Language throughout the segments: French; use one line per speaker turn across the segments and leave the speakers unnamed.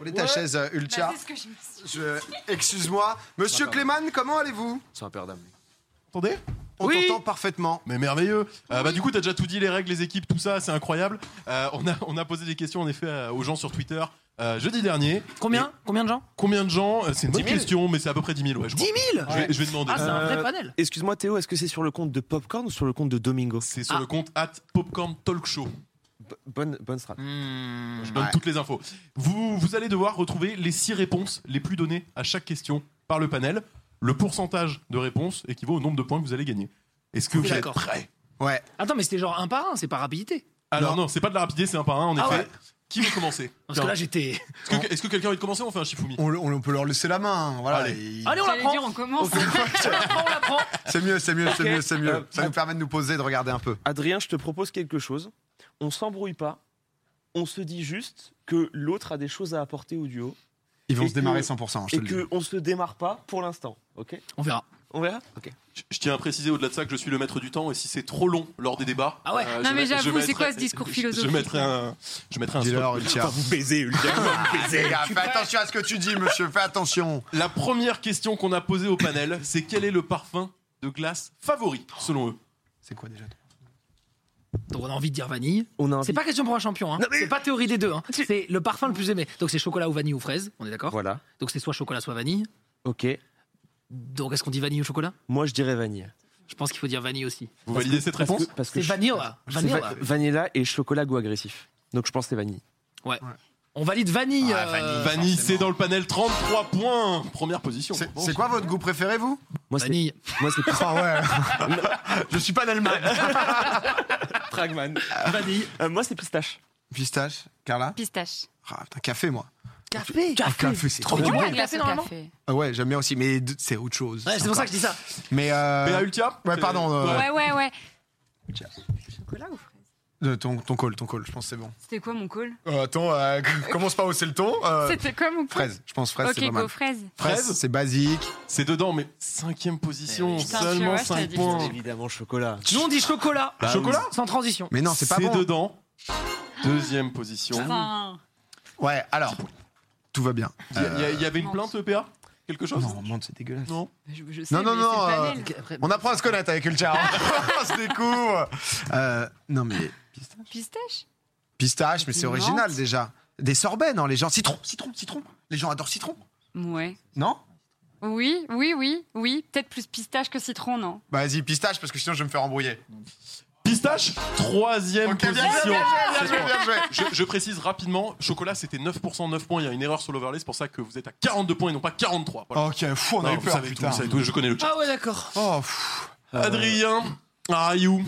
On est à chaise euh,
Bah,
Ultia.
c'est ce que je me suis dit.
Je- euh, Excuse-moi.
Ah,
Monsieur Clément, comment allez-vous
C'est un père d'âme.
Attendez
On
Oui.
t'entend parfaitement.
Mais merveilleux. Euh, bah, du coup, t'as déjà tout dit, les règles, les équipes, tout ça, c'est incroyable. Euh, on, a, on a posé des questions, en effet, euh, aux gens sur Twitter euh, jeudi dernier.
Combien Combien de gens
Combien de gens euh, C'est une bonne
10 000?
question, mais c'est à peu près 10 000. Ouais, je,
10 000
je vais, je vais demander.
Ah, c'est un vrai
Euh,
panel.
Excuse-moi Théo, est-ce que c'est sur le compte de Popcorn ou sur le compte de Domingo
Euh, c'est sur
Ah.
le compte at Popcorn Talk Show.
B- Bonne, bonne strat.
Hmm,
Je donne toutes les infos. Vous, vous allez devoir retrouver les 6 réponses les plus données à chaque question par le panel. Le pourcentage de réponses équivaut au nombre de points que vous allez gagner. Est-ce que vous êtes
D'accord.
prêts
Ouais.
Attends, mais c'était genre un par un, c'est par rapidité.
Alors non, c'est pas de la rapidité, c'est un par un en
Ah
effet.
ouais.
Qui veut commencer
Parce que
Tiens,
là, j'étais.
Est-ce que, est-ce que quelqu'un veut commencer ou on fait un Shifumi
On, on peut leur laisser la main. hein, Voilà.
Allez.
Et-
Allez, on la
J'allais dire,
prend
on commence.
On la prend, on la prend
C'est mieux, c'est mieux, c'est
Ok.
mieux, c'est mieux.
Euh,
Ça nous permet de nous poser, de regarder un peu.
Adrien, je te propose quelque chose. On s'embrouille pas. On se dit juste que l'autre a des choses à apporter au duo
Ils vont
Et
se démarrer
que-
100%, hein, je
et
te le dis.
qu'on se démarre pas pour l'instant. Ok
On verra.
On verra Ok.
je, je tiens à préciser au-delà de ça que je suis le maître du temps et si c'est trop long lors des débats. euh,
Ah ouais.
Non,
je
mais
mets- je
j'avoue, c'est
mettrai-
quoi ce discours
je-
philosophique
Je mettrai un, je mettrai un stop.
Dis-leur, Ultia.
vous baiser,
Les gars, Ah, fais attention à ce que tu dis, monsieur. Fais attention.
La première question qu'on a posée au panel, c'est quel est le parfum de glace favori selon eux
C'est quoi déjà
Donc, on a envie de dire vanille.
On a envie.
C'est pas question pour un champion, hein. c'est pas théorie des deux. Hein. C'est le parfum le plus aimé. Donc c'est chocolat ou vanille ou fraise, on est d'accord
Voilà.
Donc c'est soit chocolat, soit vanille.
Ok.
Donc est-ce qu'on dit vanille ou chocolat
Moi, je dirais vanille.
Je pense qu'il faut dire vanille aussi.
Vous
Parce
validez
que-
cette
parce
réponse
que- parce que
C'est
je-
vanilla.
c'est
Vanilla.
va- vanilla et chocolat goût agressif. Donc je pense que c'est vanille.
On valide vanille.
Ah,
euh,
vanille.
Vanille,
forcément.
c'est dans le panel 33 points. Première position.
C'est
Bon,
c'est quoi votre goût préféré, vous
Moi, c'est
Vanille.
moi, c'est plus
Je suis pas d'Allemagne.
Fragman. Euh,
Vanille.
moi, c'est pistache.
Pistache, Carla
Pistache.
Ah putain, café, moi.
Café.
Ah, café, c'est trop
Trop
bon.
bon.
Pas
le
de
café,
glace au
normalement
café.
Ah ouais, j'aime bien aussi, mais d- c'est autre chose.
Ouais, c'est pour
sympa.
ça que je dis ça.
Mais euh,
Béa Ultia
ouais, pardon, euh,
Ouais.
Ouais, ouais, ouais.
Tiens.
Chocolat ou fraise
euh, ton, ton call, ton call, je pense que c'est bon.
C'était quoi mon call
Euh, attends, euh, commence pas à hausser le ton. euh,
C'était quoi mon call
fraise, je pense fraise,
Ok,
c'est pas mal.
go fraise.
Fraise,
Fraise
c'est basique.
C'est dedans, mais cinquième position,
Putain, tu
seulement
vois, je t'avais
5
dit.
points.
Évidemment, chocolat.
Nous on dit chocolat.
Bah
chocolat Sans transition.
Mais non, c'est pas bon.
dedans. Deuxième position.
Enfin,
Ouais, alors, tout va bien.
Il y a- il y, a- il y avait
Euh,
une plainte, EPA Quelque chose
Non, monde, c'est dégueulasse.
Non.
je, je sais,
Non, non,
mais
non,
c'est le
euh,
panel.
Après,
On apprend à se connaître avec Ultra. hein. on se découvre. Euh, non, mais
Pistache
pistache, mais c'est
Une
original
menthe.
déjà. Des sorbets,
hein,
non, les gens. Citron, citron, citron. Les gens adorent citron.
Ouais.
Non
Oui, oui, oui, oui. Peut-être plus pistache que citron, non
Bah, Vas-y, pistache, parce que sinon je vais me faire embrouiller.
Pistache, troisième
Ok, bien joué,
position.
Bien joué, bien joué.
Je, je précise rapidement, chocolat c'était 9%, 9 points, il y a une erreur sur l'overlay, c'est pour ça que vous êtes à 42 points et non pas 43. Voilà.
Ok, Oh, fou, on
Non,
a eu
vous
peur,
savez tout,
putain.
vous savez tout, je connais le chat.
Ah ouais, d'accord.
Oh, pff.
Adrien, Ayou,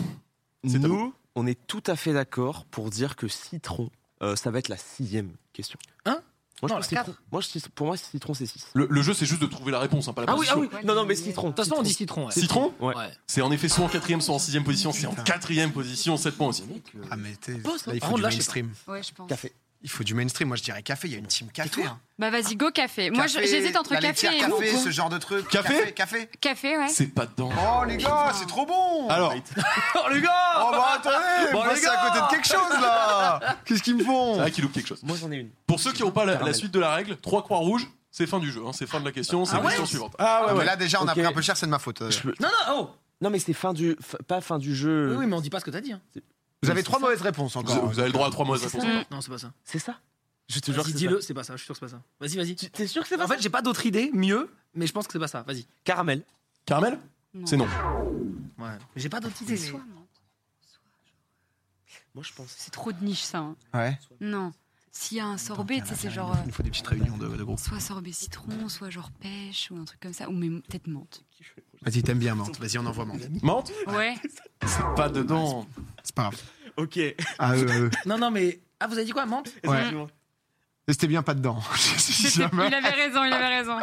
c'est à
Nous, on est tout à fait d'accord pour dire que citron, euh, ça va être la sixième question.
Hein
moi, je
Non,
pense
la
citron- moi, je- Pour moi, citron, c'est 6.
le, le jeu c'est juste de trouver la réponse, hein, pas la
Ah oui,
position.
ah oui. Non, non, mais
De
citron.
toute façon, on dit citron. ouais.
Citron
Ouais.
Ouais.
C'est en effet soit en quatrième, soit en sixième position, c'est en quatrième position, 7 points aussi.
Ah, mais t'es. Là,
hein.
Pause, non
il
Par
faut
contre,
du
là, je sais
mainstream.
Ouais, je pense.
Café.
Il faut du mainstream. Moi, je dirais café. Il y a une team café. hein.
Bah vas-y, go café. Moi, je-
Café,
j'hésite entre
la
café
laitière,
et hein. mon
café, ce genre de truc.
Café
café, Eh, café.
Café, ouais.
C'est pas dedans.
Oh, les gars, c'est trop bon.
Alors,
Oh, le gars
Oh bah attendez,
Bon,
moi,
les
c'est à
gars
côté de quelque chose là Qu'est-ce qu'ils me
c'est
font
vrai qu'il loupe quelque chose.
Moi, j'en ai une.
Pour ceux qui n'ont pas la, la
Caramel.
suite de la règle, trois croix rouges, c'est fin du jeu, hein, c'est fin de la question, c'est
Ah
la
ouais
question suivante. Ah
Ah, mais Là déjà on a
Ok.
pris un peu cher, c'est de ma faute. Euh,
Je peux-
Non, non, oh
Non, mais c'est fin du. f- Pas fin du jeu.
Oui, oui, mais on dit pas ce que t'as dit. hein.
Vous avez trois mauvaises réponses
Vous,
encore. hein.
vous avez le droit à trois mauvaises réponses.
Mm.
Non, c'est pas ça.
C'est ça Je te jure
Vas-y,
que c'est
dis-le, c'est pas ça, je suis sûr que c'est pas ça. Vas-y, vas-y.
ça. Tu- T'es sûr que c'est pas
En fait, j'ai pas d'autre idée, mieux, mais je pense que c'est pas ça. Vas-y.
Caramel.
Caramel C'est non.
Ouais. Mais j'ai pas d'autre idée.
C'est soit, euh. non.
Moi, je pense.
C'est trop de niche, ça. hein.
Ouais.
Non. S'il y a un sorbet, tu sais, c'est genre.
Il faut des petites réunions de, de
euh,
groupe.
Soit sorbet citron, soit genre pêche ou un truc comme ça, ou même peut-être menthe.
Vas-y, t'aimes bien Mante. Vas-y, on envoie Mante.
Menthe
Ouais.
C'est pas dedans.
C'est pas grave.
Ok.
Ah, euh, euh,
Non, non, mais. Ah, vous avez dit quoi, menthe
ouais. C'était bien pas dedans.
C'était- Il avait raison, il avait raison.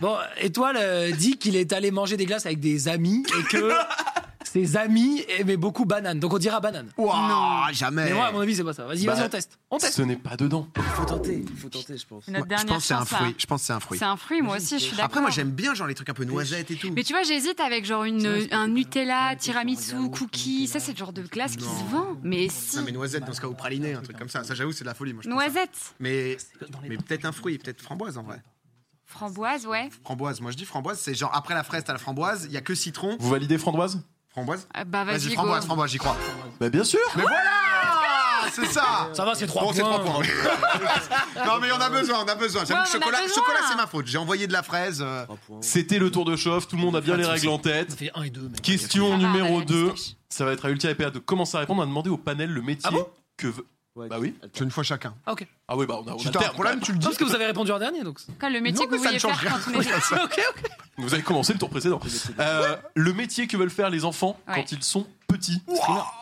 Bon, Étoile euh, dit qu'il est allé manger des glaces avec des amis et que. c'est- ses amis aimaient beaucoup banane. Donc on dira banane.
Ouah, jamais.
Mais moi, à mon avis, c'est pas ça. Vas-y,
Bah,
vas-y, on teste. On teste.
Ce n'est pas dedans.
Faut tenter, faut tenter, je pense.
Notre
Moi, je
dernière
pense que c'est un
chance, là.
fruit. Je pense que c'est un fruit.
C'est un fruit, moi aussi, je suis d'accord.
Après, moi, j'aime bien genre les trucs un peu noisettes et tout.
Mais tu vois, j'hésite avec genre
Sinon,
une,
c'était
un
pas-
Nutella,
Ouais, genre
tiramisu,
yaourt,
cookie. Ça,
Nutella.
c'est le genre de glace qui
Non.
se vend. Mais si.
Non, mais noisettes dans ce cas ou praliné, un truc comme ça. Ça, j'avoue, c'est de la folie, moi. je pense.
Noisette,
Mais, mais peut-être un fruit, peut-être framboise en vrai.
framboise, ouais.
Framboise, moi je dis framboise, c'est genre après la fraise, t'as la framboise, il y a que citron.
Vous validez framboise
Framboise
Euh, Bah,
Vas-y,
vas-y, go.
framboise, framboise, j'y crois.
Bah bien sûr
Mais voilà C'est ça
Ça va, c'est 3
Bon, c'est
points.
trois points. non, mais on a besoin, on a besoin. J'avoue
Ouais,
que
on en a
chocolat,
besoin.
chocolat c'est ma faute. J'ai envoyé de la fraise. euh,
C'était le tour de chauffe, tout le monde a bien
Pas de
les règles
soucis.
en
Ça
tête.
fait 1 et 2. Mec.
Ça
Question
va,
numéro
madame
2.
Pistache.
Ça va être à Ultia et PA de commencer à répondre, à demander au panel le métier
Ah bon
que veut. Bah oui.
c'est une fois chacun.
Ah, ok.
Ah oui, bah on a, on a
Si
le
t'as un
terme,
problème, tu le dis.
Non, parce que vous avez répondu en dernier, donc.
Quand le métier
Non,
que
mais
vous
ça ne
vouliez faire
change rien.
quand on était.
ok, ok.
quand même. Vous avez commencé le tour précédent. Euh, le métier que veulent faire les enfants
Ouais.
quand ils sont petits.
Alors,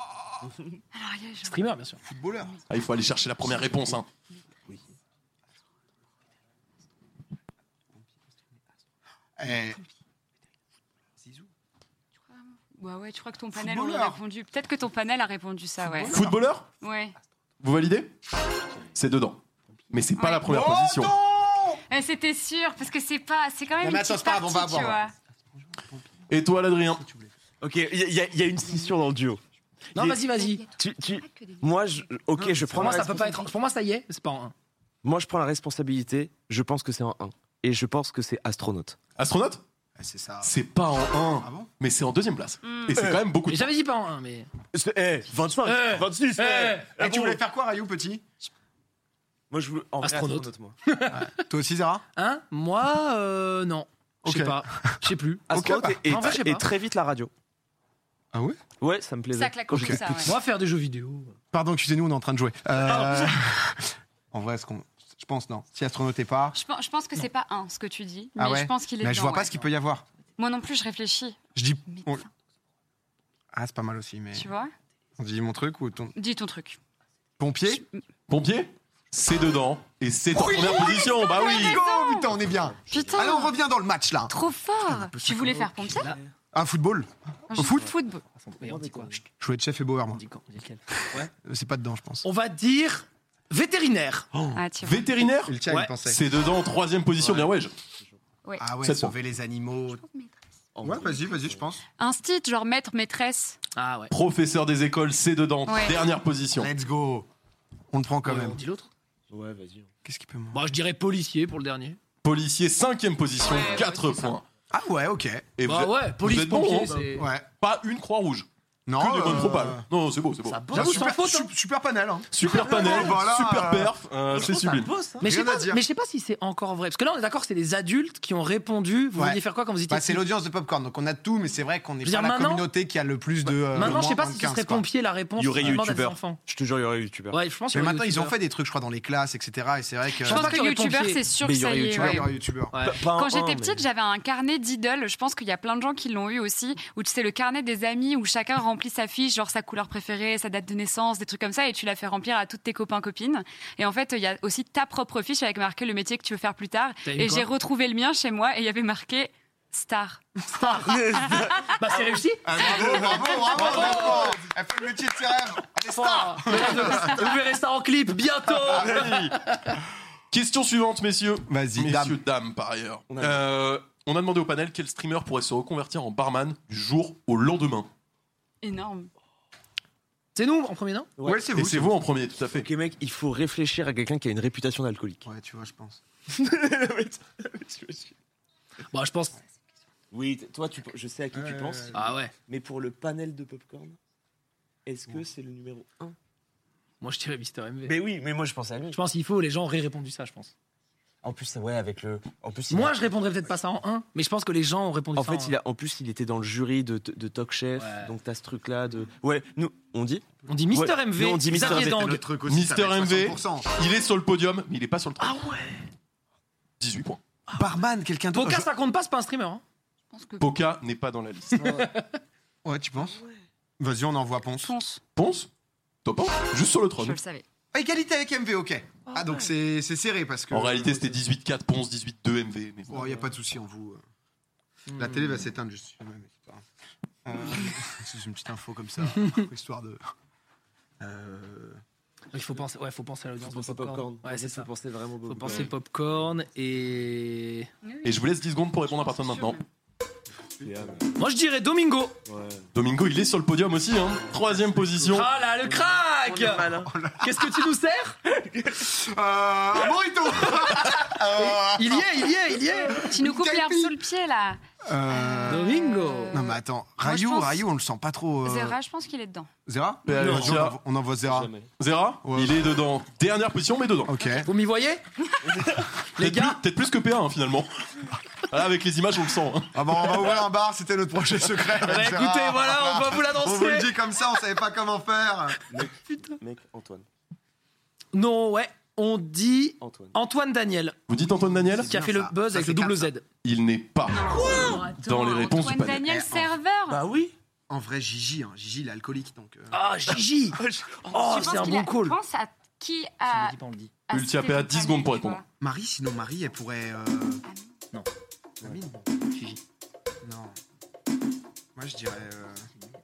il y a genre-
Streamer, bien sûr.
Footballeur.
Ah, il faut aller chercher la première réponse. Hein.
Eh,
Bah ouais, je crois que ton panel on a
Footballeur.
répondu. Peut-être que ton panel a répondu ça, ouais.
Footballeur
Ouais.
Vous validez C'est dedans. Mais c'est pas
Ouais.
la première
Oh,
position.
Eh, C'était sûr parce que c'est pas, c'est quand
Non,
même
mais
une
attends,
petite
c'est pas grave, on
partie,
va
tu
avoir.
vois.
Et toi, Adrien
Ok, il y, a- il y a une scission dans le duo.
Non,
Il-
vas-y, vas-y.
Tu, tu- moi, je, ok, je prends
Pour
la
moi, ça peut
respons-
pas être. Pour moi, ça y est, c'est pas en 1.
moi, je prends la responsabilité. Je pense que c'est en 1. Et je pense que c'est astronaute.
Astronaute
Eh, C'est ça.
C'est pas en 1,
Ah bon
mais c'est en deuxième place.
Hmm.
Et c'est quand même beaucoup de
Mais j'avais dit pas en 1, mais.
C'est- Eh, 25,
Eh,
26,
eh.
eh,
Et tu
bon.
voulais faire quoi, Rayou, petit
Moi, je veux en vrai,
Astronaute.
moi.
Toi aussi, Zara
Hein Moi, euh, non. Je sais
Ok.
pas. Je sais plus.
Astronaute
bah.
et, et
En vrai, je sais
tr- et
pas.
très vite la radio.
Ah ouais
Ouais, ça me plaisait.
Ça claque comme
Euh,
ça,
ah
ouais.
Moi, faire des jeux vidéo. euh,
Pardon, excusez-nous, on est en train de jouer. Euh, en vrai, ce qu'on. Je pense, non. Si astronaute est pas.
Je, pense- je pense que c'est pas un ce que tu dis, mais
Ah ouais
je pense qu'il est
Mais je
dedans,
vois pas
ouais.
ce qu'il peut y avoir.
Moi non plus, je réfléchis.
Je dis.
Médecin,
on- Ah, c'est pas mal aussi, mais.
Tu vois
On dit mon truc ou ton.
Dis ton truc.
Pompier
Pompier C'est dedans. Et c'est en première position. Bah oui
Go Putain, hein, on est bien
Putain,
Allez, on revient dans le match là
trop fort Tu voulais faire pompier
Un football
Au
foot
Football.
Ah,
Mais on dit quoi Chut,
Je voulais être chef et Bauer,
On
moi.
dit quoi On dit lequel
Oh. C'est pas dedans, je pense.
On va dire vétérinaire.
Oh.
Ah, tu vois.
Vétérinaire
Le tien,
Ouais,
il pensait.
C'est dedans en troisième position. Bien ouais. je-
Ah ouais,
Sept
sauver les animaux. Ouais, vas-y, vas-y, je pense.
Un style genre maître, maîtresse.
Ah ouais.
Professeur des écoles, c'est dedans.
Ouais.
Dernière position.
Let's go On le prend quand
Ouais,
même.
On dit l'autre
Ouais, vas-y.
Qu'est-ce qu'il peut manger
Bon, je dirais policier pour le dernier.
Policier, cinquième position,
Ouais,
4
ouais, c'est ça.
points.
Ah ouais, ok.
Et vous
Bah
êtes-
ouais, police,
êtes bon,
pompier,
hein
c'est.
bah, Ouais.
pas une croix rouge.
Non.
que des bonnes
euh,
propales. Non, non, c'est beau, c'est beau.
Ça bosse,
J'avoue,
sans
super,
faute. hein.
su- super panel. Hein.
Super panel,
Voilà.
super perf, euh, c'est sublime.
hein.
Mais je, sais
Rien à
pas,
dire.
mais je sais pas si c'est encore vrai. Parce que là, on est d'accord que c'est des adultes qui ont répondu. Vous
Ouais.
vouliez faire quoi quand vous étiez
Bah, c'est
petit
l'audience de Popcorn, donc on a tout, mais c'est vrai qu'on est
Je veux
pas
dire,
la
maintenant- bah,
communauté qui a le plus de. euh,
Maintenant, je sais
moins-
pas
moins
si
de
ce
15,
serait
quoi.
pompier la réponse.
Il y aurait
qui demande à des
youtubeur.
enfants.
Je te jure, il y aurait youtubeur.
Ouais, je pense qu'il
Mais
y aurait
maintenant, ils ont
youtubeur.
fait des trucs, je crois, dans les classes, etc. Et c'est vrai que. euh,
Je
pas
pense que
qu'il y aurait
youtubeur,
pompier.
c'est sûr
Mais
que
il y
ça
aurait
y est.
Tu vois, il y
ouais.
aura youtubeur.
Ouais.
Oh,
Quand j'étais petite, j'avais un carnet d'idoles. Je pense qu'il y a plein de gens qui l'ont eu aussi, où tu sais, le carnet des amis, où chacun remplit sa fiche, genre sa couleur préférée, sa date de naissance, des trucs comme ça, et tu la fais remplir à toutes tes copains, copines. Et en fait, il y a aussi ta propre fiche avec marqué le métier que tu veux faire plus tard.
T'as eu
Et
quoi
j'ai retrouvé le mien chez moi, et il y avait marqué star.
Bah, c'est réussi.
Ah, bravo, bravo, bravo, bravo Elle fait le métier de ses rêves Elle est star
Ah, Vous verrez ça en clip bientôt.
Question suivante, messieurs.
Vas-y, dame.
Messieurs, dames, par ailleurs.
On a-
Euh, on a demandé au panel quel streamer pourrait se reconvertir en barman du jour au lendemain.
Énorme.
C'est nous en premier, non
Ouais.
Ouais, c'est
Et
vous.
c'est vous en premier, tout à fait.
Ok, mec, il faut réfléchir à quelqu'un qui a une réputation d'alcoolique.
Ouais, tu vois, je pense.
Bah, je pense.
Oui, t- toi, tu, je sais à qui tu
Euh,
penses.
Ah ouais.
Mais pour le panel de popcorn, est-ce que c'est le numéro 1
Moi, je dirais Mister MV.
Mais oui, mais moi, je pense à lui.
Je pense qu'il faut, les gens auraient répondu ça, je pense.
En plus, ouais, avec le. En plus, il
Moi,
a-
je répondrais peut-être pas ça en 1, mais je pense que les gens ont répondu
En
ça
fait,
en
il a, en plus, il était dans le jury de, de Talk Chef,
Ouais.
donc t'as ce truc-là de. Ouais, nous, on dit.
On dit Mister
Ouais,
MV,
nous, on dit Mr.
Xavier
MV,
Dang.
Le truc aussi, ça
Mister
va être
MV.
60%.
Il est sur le podium, mais il est pas sur le top.
Ah ouais
18 points.
Barman, quelqu'un d'autre.
Boca, ça compte pas, c'est pas un streamer. hein.
Je pense que
Boca n'est pas dans la liste.
Ouais, tu penses Vas-y, on envoie Ponce.
Ponce,
Ponce Top 1 Juste sur le
je
trône.
le savais.
Ah, Égalité avec MV, ok. Ah, donc c'est c'est serré parce que. euh, oh,
En réalité, c'était 18-4, Ponce, 18-2 MV. mais bon.
Il n'y a pas de souci en vous. La télé va s'éteindre, je suis. Ouais, mais c'est pas grave. Euh, C'est une petite info comme ça, histoire de. Euh,
Il faut penser, ouais, faut penser à l'audience.
Faut penser
de popcorn.
popcorn.
Ouais, c'est ça.
Faut penser vraiment
Faut
popcorn.
penser popcorn et.
Et je vous laisse 10 secondes pour répondre à partir de maintenant.
Moi, je dirais Domingo.
Ouais.
Domingo, il est sur le podium aussi, hein. Troisième position.
Ah là, le crack
hein.
Qu'est-ce que tu nous sers
un burrito
Il y est, il y est, il y est
Tu nous coupes
Quel
l'herbe
pays
sous le pied là.
Euh,
Domingo.
Non, mais attends, Rayu,
Moi, je pense-
Rayu, on le sent pas trop. euh,
Zera, je pense qu'il est dedans.
Zera
Bah,
Euh,
Non,
Zera.
on envoie- On envoie Zera.
Jamais.
Zera,
Ouais.
il est dedans. Dernière position, mais dedans.
Ok.
Vous m'y voyez Ah, Les
Peut-être plus-
gars
Peut-être plus que P1 hein, finalement. Voilà, avec les images, on le sent. hein.
Ah bon, on va ouvrir un bar, c'était notre projet secret. avec
Bah,
Zera.
Écoutez, voilà, on va vous
On vous le
l'annoncer
dit comme ça, on savait pas comment faire.
Mec, Antoine.
Non, ouais, on dit
Antoine.
Antoine Daniel,
Vous dites Antoine Daniel
qui a
bien
fait le
ça.
buzz
Ça,
avec
c'est
le double
clair,
Z.
Il n'est pas.
Oh, attends,
Dans les réponses du
Antoine
panel.
Daniel
Eh, en-
serveur.
Bah oui
En vrai, Gigi, hein, Gigi l'alcoolique, donc. euh,
Ah, Gigi Oh,
Je pense
c'est un
qu'il
bon
a-
call
Pense à qui
Ah.
a.
pas, on le dit.
a
Ulti
cité
APA,
ton
10 secondes pour
panel, tu
répondre.
vois.
Marie, sinon Marie, elle pourrait. euh,
Non.
Amine
Gigi.
Non. Moi, je dirais. euh,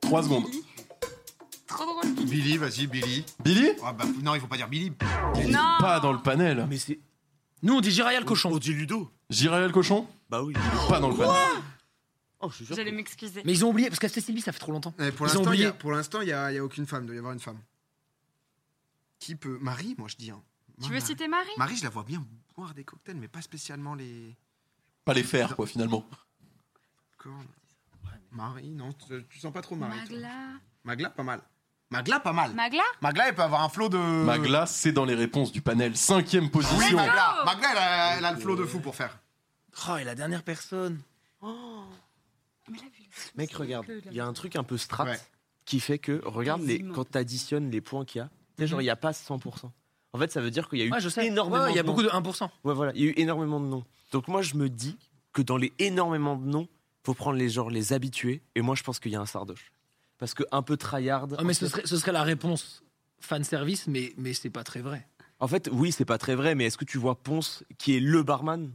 3 secondes.
Trop drôle.
Billy, vas-y, Billy.
Billy
Ah bah, non, il faut pas dire Billy.
Il n'est
Non.
pas dans le panel.
Ah, Mais c'est.
Nous, on dit Jiraya le cochon.
On
Oh,
dit Ludo
Jiraya le cochon
Bah oui
Pas dans le panel.
Oh, je te jure.
J'allais m'excuser.
Mais ils ont oublié, parce qu'FC Sylvie, ça fait trop longtemps.
Eh, pour
Ils ont
l'instant, il y a-
oublié.
pour l'instant, il n'y a, il y a aucune femme. Il doit y avoir une femme. Qui peut. Marie, moi, je dis. hein. Moi,
Tu veux
Marie.
citer Marie
Marie, je la vois bien boire des cocktails, mais pas spécialement les.
Pas les faire, quoi, finalement.
cornes. Marie, non, tu, tu sens pas trop Marie. toi.
Magla.
Magla, pas mal. Magla, pas mal.
Magla
Magla, elle peut avoir un flot de.
Magla, c'est dans les réponses du panel. Cinquième
Oui,
position.
bah,
Magla. Magla, elle a, elle a le flot de fou pour faire.
Oh, et la dernière personne.
Mais là, vu le-
Mec,
c'est
regarde,
que la-
il y a un truc un peu strat
Ouais.
qui fait que, regarde, les,
Quasiment.
quand t'additionnes les points qu'il y a, tu sais, genre, il n'y a pas 100%. En fait, ça veut dire qu'il y a eu
Mhm. Ouais, je sais.
énormément
Ouais, il y a
de noms.
beaucoup de 1%.
Ouais, voilà, il y a eu énormément de noms. Donc moi, je me dis que dans les énormément de noms, faut prendre les genres les habitués. Et moi, je pense qu'il y a un sardoche. Parce que un peu tryhard.
Ah, mais
un
ce
peu-
serait, ce serait la réponse fan service, mais, mais c'est pas très vrai.
En fait, oui, c'est pas très vrai, mais est-ce que tu vois Ponce qui est le barman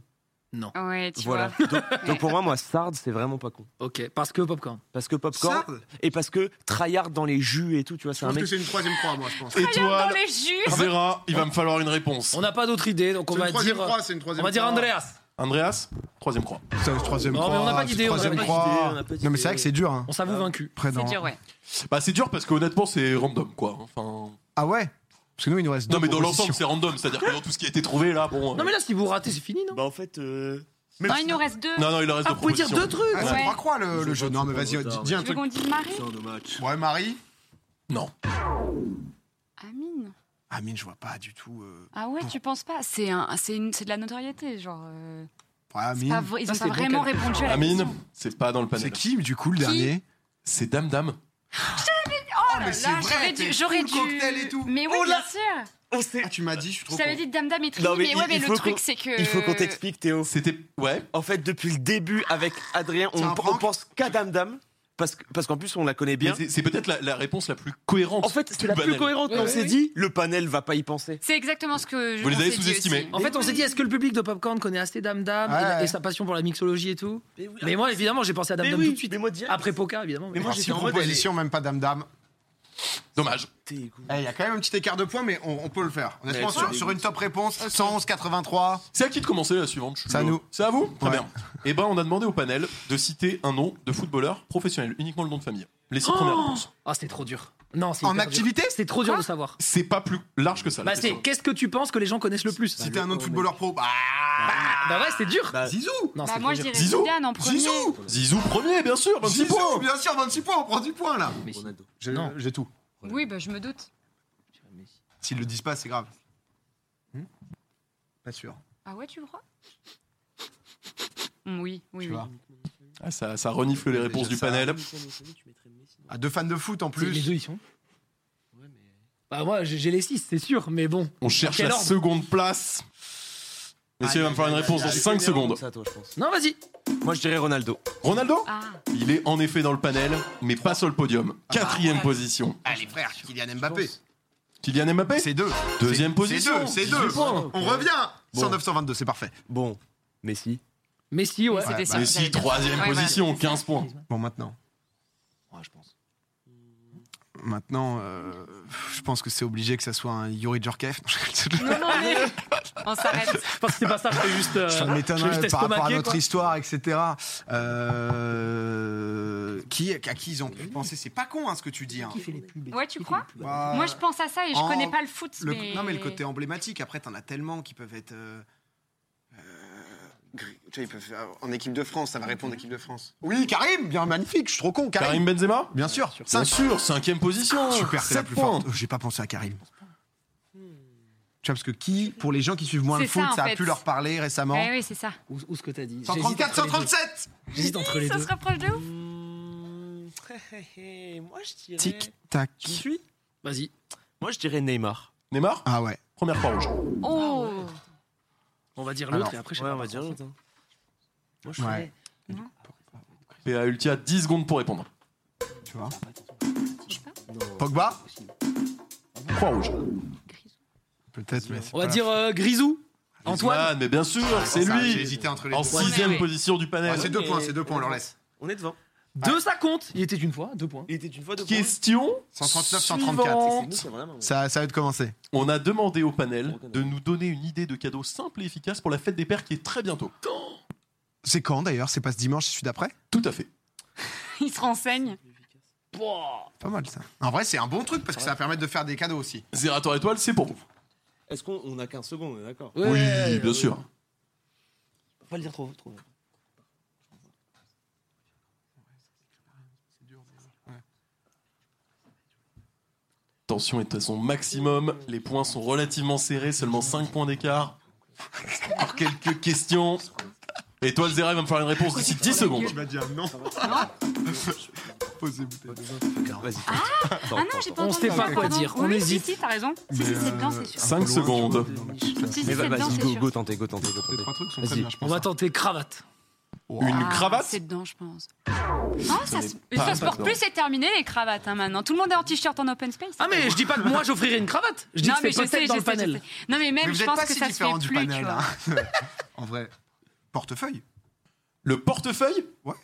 Ouais, tu
Voilà.
vois.
Donc, donc pour moi, moi, Sard, c'est vraiment pas con.
Ok, parce que popcorn.
Parce que Popcorn.
Sarde,
Et parce que tryhard dans les jus et tout, tu vois,
Je
c'est un
pense
mec.
que c'est une troisième croix, moi, je pense.
Regarde
Étoile,
dans les
Ah,
jus.
Zera, il va me falloir une réponse.
On n'a pas d'autre idée, donc on
C'est une
va
troisième
dire.
croix, c'est une
On
troisième
va dire
croix.
Andreas.
Andreas, troisième croix.
C'est une troisième
Non, mais on n'a pas
croix,
d'idée,
c'est
on
une
n'a
troisième
pas
croix.
d'idée, on n'a pas d'idée.
Non, mais c'est vrai que c'est dur, hein.
On s'avoue vaincu.
Près
C'est
d'un-
dur, ouais.
Bah, c'est dur parce que honnêtement, c'est random, quoi. Enfin...
Ah ouais Parce que nous, il nous reste
Non,
deux
mais dans
propositions.
l'ensemble, c'est random. C'est-à-dire que dans tout ce qui a été trouvé, là, bon. euh,
Non, mais là, si vous ratez, c'est fini, non
Bah en fait. euh,
Non, il nous reste deux.
Non, non, il reste
Ah,
deux
vous pouvez dire
propositions.
deux trucs
Ah, c'est
Ouais.
trois croix, le, le
Je
jeu.
vois
Non, mais
pas
vas-y,
trop
dis,
tard.
dis un
Tu
truc.
veux qu'on dise Marie
Ouais, Marie
Non.
Amine.
Amine, je vois pas du tout. euh,
Ah ouais, tu penses pas C'est un, c'est une, c'est de la notoriété, genre. euh,
Ouais,
c'est pas
Amine.
vrai- ils
Ça,
ont
c'est
pas
beau
vraiment
qu'elle-
répondu à la
Amine,
question.
c'est pas dans le
C'est
panel.
qui, du coup, le dernier
C'est Dame Dame.
Oh
mais c'est vrai,
j'aurais
t'es
dû, j'aurais
full
dû.
cocktail et tout.
Mais oui,
Oh là
bien sûr.
On sait.
Ah, tu m'as dit, je suis trop
Je t'avais
con.
dit Dame Dame et Trini,
Non, mais
mais,
il-
ouais, mais
il
le
faut
truc
qu'on-
c'est que. euh,
Il faut qu'on t'explique, Théo.
C'était. Ouais.
En fait, depuis le début, avec Adrien, on,
C'est un
on
prank
pense qu'à Dame Dame. Parce, que- parce qu'en plus, on la connaît
Mais
bien.
C'est c'est peut-être la, la réponse la plus cohérente.
En fait,
du
c'est la plus
panel.
cohérente.
Ouais,
on
ouais,
s'est
ouais.
dit, le panel va pas y penser.
C'est exactement ce que je
Vous les
on
avez
s'est dit
sous-estimés.
aussi.
En fait, on s'est dit, est-ce que le public de Popcorn connaît assez Dame Dame et, la-
Ouais.
et sa passion pour la mixologie et tout Mais moi, évidemment, j'ai pensé à Dame Dame tout de suite. Ah,
Mais moi, direct.
Après Poca, évidemment.
Mais
mais-
moi,
Alors,
j'étais
six
en mode, elle est-
propositions, même pas Dame Dame.
Dommage.
T'es-
Eh, Il y a quand même un petit écart de points, mais on, on peut le faire. Honnêtement,
Ouais,
sur,
ouais.
sur une top
Ah,
réponse, 111, 83.
C'est à qui de commencer la suivante je suis
C'est à
le-
nous.
C'est à vous Très
Ouais.
bien. Eh ben, on a demandé au panel de citer un nom de footballeur professionnel, uniquement le nom de famille. Les six premières réponses.
Ah, c'était trop dur. Non, c'est
En
hyper dur.
activité
C'était trop dur
Quoi
de savoir.
C'est pas plus large que ça. la
Bah, c'est
question.
qu'est-ce que tu penses que les gens connaissent le plus
Si t'es un autre
le-
footballeur pro, bah.
Bah, ouais, c'est dur.
Bah,
Zizou
Non,
Bah,
c'est
moi
trop
je
dur.
dirais
Zizou
Zidane en premier.
Zizou
Zizou premier, bien sûr, 26
Zizou,
points.
oh, Bien sûr, 26 points, on prend 10 points là
Mais si.
Ronaldo.
J'ai-
Non.
J'ai tout.
Oui, bah je me doute.
S'ils le disent pas, c'est grave. Hmm pas sûr.
Ah ouais, tu crois Mm, Oui, oui,
Tu
oui.
vois.
Ah, ça, ça renifle les
Déjà
réponses du
ça.
panel.
À Ah, deux fans de foot en
Les
plus.
deux, ils sont. Bah, moi, j'ai j'ai les 6, c'est sûr, mais bon.
On cherche
Quel
la
ordre
seconde place. Messieurs, il va me falloir une réponse dans 5 secondes.
Ça, toi, je pense.
Non, vas-y.
Moi, je dirais Ronaldo.
Ronaldo
Ah,
Il est en effet dans le panel, mais pas sur le podium. Quatrième position.
Ah, les frères, Kylian Mbappé.
Kylian Mbappé
C'est deux.
Deuxième
C'est-
position.
C'est
18
deux, c'est deux.
points.
On revient
Bon.
109, 122, c'est parfait.
Bon, Messi.
Messi, ouais.
c'était
Ouais,
ça.
bah,
j'allais
Messi,
dire.
troisième
Ouais, voilà.
position, 15 points.
Bon, maintenant. 3, je pense. Maintenant, euh, je pense que c'est obligé que ça soit un Yuri Djorkaeff. Non, je-
Non, non, mais- On s'arrête.
Je pense que c'est pas ça, je fais juste. euh,
Ça
je fais
m'étonnerait
juste
par rapport à
estomaquer,
notre
quoi.
histoire, etc. Euh, qui, à qui ils ont pu penser C'est pas con hein, ce que tu dis. hein.
Ouais, tu crois
Bah,
Moi, je pense à ça et je
en-
connais pas le foot.
le-
mais...
Non, mais le côté emblématique. Après, t'en as tellement qui peuvent être. euh, euh, gris- tu vois, ils peuvent faire- en équipe de France, ça va répondre équipe de France. Oui, Karim, bien magnifique, je suis trop con, Karim.
Karim Benzema
Bien sûr,
Bien
Cinq- Ah,
sûr, cinquième position.
Super, c'est la
sept
plus
points.
forte. Oh, J'ai pas pensé à Karim. Tu vois, parce que qui, pour les gens qui suivent moins le
C'est ça,
foot,
en
ça a
fait.
pu leur parler récemment.
Eh oui, c'est ça.
Ou, ou ce que t'as dit.
134,
J'hésite entre les deux.
137
Ça
J'hésite entre les deux.
se rapproche de ouf.
Moi, je dirais.
tac.
Tu me suis
Vas-y.
Moi, je dirais Neymar.
Neymar,
Ah ouais.
première croix rouge.
Oh
On va dire
Alors,
l'autre et après je sais
Ouais,
pas
on va
par
dire
contre.
l'autre. hein. Moi, je
Ouais.
PA Ulti a 10 secondes pour répondre.
Tu vois.
Non.
Pogba
Croix rouge.
Peut-être, mais. c'est pas
On va
la-
dire euh, Grisou. Antoine.
Antoine, mais bien sûr, c'est
Ah, Ça, J'ai
lui.
hésité entre les
En
deux.
sixième
Ouais.
position du panel.
Ah, c'est deux
mais-
points, c'est deux points, on leur laisse.
On est devant.
Deux, ça compte. Il était une fois, deux points.
Il était une fois de points.
Question
139,
C'est
134.
nous qui avons la main.
Ça, ça va de commencer.
On a demandé au panel de nous donner une idée de cadeau simple et efficace pour la fête des pères qui est très bientôt.
C'est quand d'ailleurs C'est pas ce dimanche, c'est celui d'après
Tout à fait.
Il se renseigne.
Pas mal ça. En vrai, c'est un bon truc parce que ça va permettre de faire des cadeaux aussi.
Zérator étoile, c'est pour vous.
Est-ce qu'on on a 15 secondes, on est d'accord
Ouais, ouais, ouais.
Faut Pas le dire trop trop.
Tension est à son maximum, les points sont relativement serrés, seulement 5 points d'écart. Encore quelques questions. Étoile Zéra, il va me faire une réponse d'ici 10 secondes.
vas dire non. Posez
Vas-y.
Ah non, j'ai pas
On
entendu.
sait pas
Ah,
quoi
pardon.
dire, on
Oui,
hésite.
Si, si, t'as raison. Si, si, c'est bien, c'est sûr.
Cinq secondes.
Si, si,
Mais
c'est
vas-
bien,
vas-y,
c'est
go,
sûr.
go, tentez, go, tentez, go,
Les
tentez.
trois trucs sont très
Vas-y,
bien, je
On
pense. hein.
va tenter cravate.
Une
Ah, C'est
cravate
dedans, je pense. Non, ça, se-
n'est pas
ça se porte
dedans.
plus, c'est terminé les cravates hein, maintenant. Tout le monde est en t-shirt en open space.
Ah mais je dis pas que moi j'offrirais une cravate. Je dis
non,
que
mais
c'est
je sais,
peut-être
je
dans
sais, je
le panel.
sais. Non, mais même,
Mais vous
je
n'êtes
pense
pas
que
si
ça se fait
différent du
plus. tu
panel.
vois.
hein. en vrai, portefeuille.
Le portefeuille
Ouais.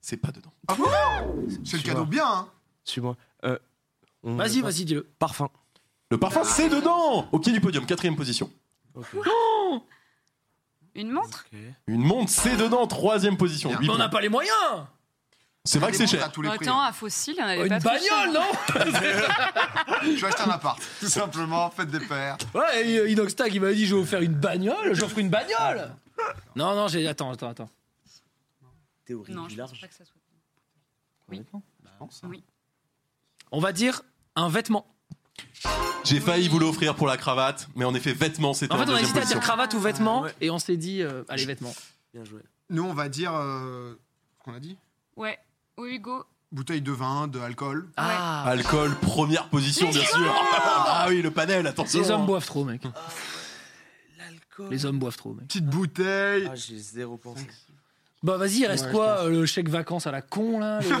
C'est pas dedans.
C'est le
Tu
cadeau
vois.
bien. hein.
Suis-moi. Euh, on-
Vas-y, vas-y, dis-le.
Parfum.
Le parfum,
Ah.
c'est dedans Au pied du podium, quatrième position.
Une montre
Une montre, c'est dedans, troisième position.
Bien.
Huit
Mais on n'a
points.
pas les moyens.
C'est vrai que c'est
Des montres
cher.
à tous les prix.
Attends, à fossile, on avait
Oh, Une
pas hein. touché.
bagnole, non
Je vais acheter un appart. Tout simplement, faites des paires.
Ouais, et, euh, Inoxtag, il m'a dit, je vais vous faire une bagnole, j'offre une bagnole
Ah.
Non, non, j'ai... Attends, attends, attends.
Théorie
Non,
du
je pense
large.
pas que ça soit.
On va dire un vêtement.
J'ai failli vous l'offrir pour la cravate, mais en effet, vêtements, c'était
En
en
fait, on a
deuxième
hésité à dire
position.
cravate ou vêtement,
Ah, ouais.
et on s'est dit, euh, allez, vêtements.
Bien joué.
Nous, on va dire. euh, qu'on a dit
Ouais, au Hugo.
Bouteille de vin, de alcool.
Ah,
Alcool, première position, bien sûr. Ah oui, le panel, attention.
les hommes boivent trop, mec.
L'alcool.
Les hommes boivent trop, mec.
Petite bouteille.
Ah, j'ai zéro pensé.
Bah, vas-y, il reste
Ouais, je
quoi euh, Le chèque vacances à la con, là Le, le
on